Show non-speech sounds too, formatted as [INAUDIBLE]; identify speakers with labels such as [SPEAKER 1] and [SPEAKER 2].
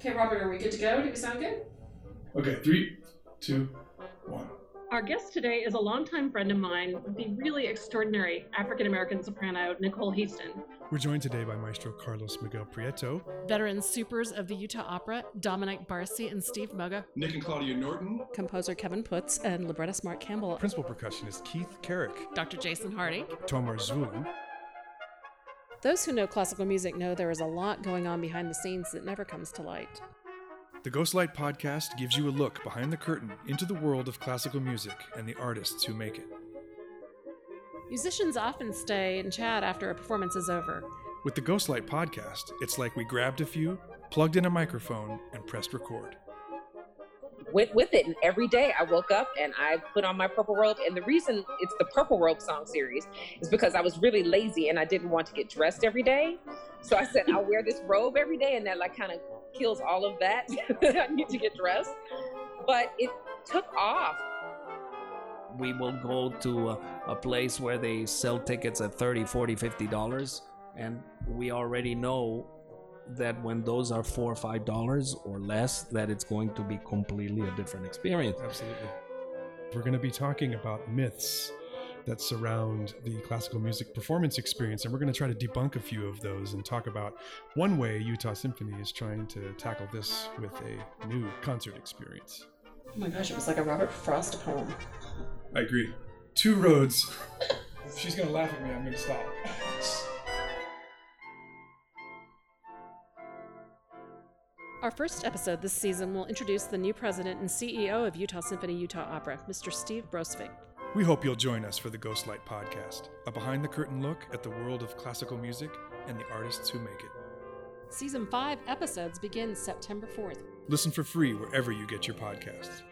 [SPEAKER 1] Okay, Robert, are we good to go? Do we sound good?
[SPEAKER 2] Okay, three, two, one.
[SPEAKER 3] Our guest today is a longtime friend of mine, the really extraordinary African American soprano Nicole Heaston.
[SPEAKER 4] We're joined today by Maestro Carlos Miguel Prieto.
[SPEAKER 5] Veteran supers of the Utah Opera, Dominic Barcy and Steve Moga.
[SPEAKER 2] Nick and Claudia Norton.
[SPEAKER 5] Composer Kevin Putz and librettist Mark Campbell.
[SPEAKER 4] Principal percussionist Keith Carrick.
[SPEAKER 5] Dr. Jason Hardy.
[SPEAKER 4] Tomar Zulin.
[SPEAKER 5] Those who know classical music know there is a lot going on behind the scenes that never comes to light.
[SPEAKER 4] The Ghostlight podcast gives you a look behind the curtain into the world of classical music and the artists who make it.
[SPEAKER 5] Musicians often stay and chat after a performance is over.
[SPEAKER 4] With the Ghostlight podcast, it's like we grabbed a few, plugged in a microphone, and pressed record.
[SPEAKER 6] went with it. And every day I woke up and I put on my purple robe. And the reason it's the purple robe song series is because I was really lazy and I didn't want to get dressed every day. So I said, I'll wear this robe every day. And that like kind of kills all of that. [LAUGHS] I need to get dressed. But it took off.
[SPEAKER 7] we will go to a, a place where they sell tickets at 30 40 50 dollars and we already know that when those are four or five dollars or less that it's going to be completely a different experience
[SPEAKER 4] Absolutely. We're going to be talking about myths that surround the classical music performance experience, and we're going to try to debunk a few of those and talk about one way Utah Symphony is trying to tackle this with a new concert experience.
[SPEAKER 5] Oh my gosh, it was like a Robert Frost poem.
[SPEAKER 4] I agree. Two roads. She's going to laugh at me. I'm going to stop.
[SPEAKER 5] Our first episode this season will introduce the new president and CEO of Utah Symphony Utah Opera, Mr. Steve Brosvik.
[SPEAKER 4] We hope you'll join us for the Ghostlight podcast, a behind the curtain look at the world of classical music and the artists who make it.
[SPEAKER 5] Season 5 episodes begin September 4th.
[SPEAKER 4] Listen for free wherever you get your podcasts.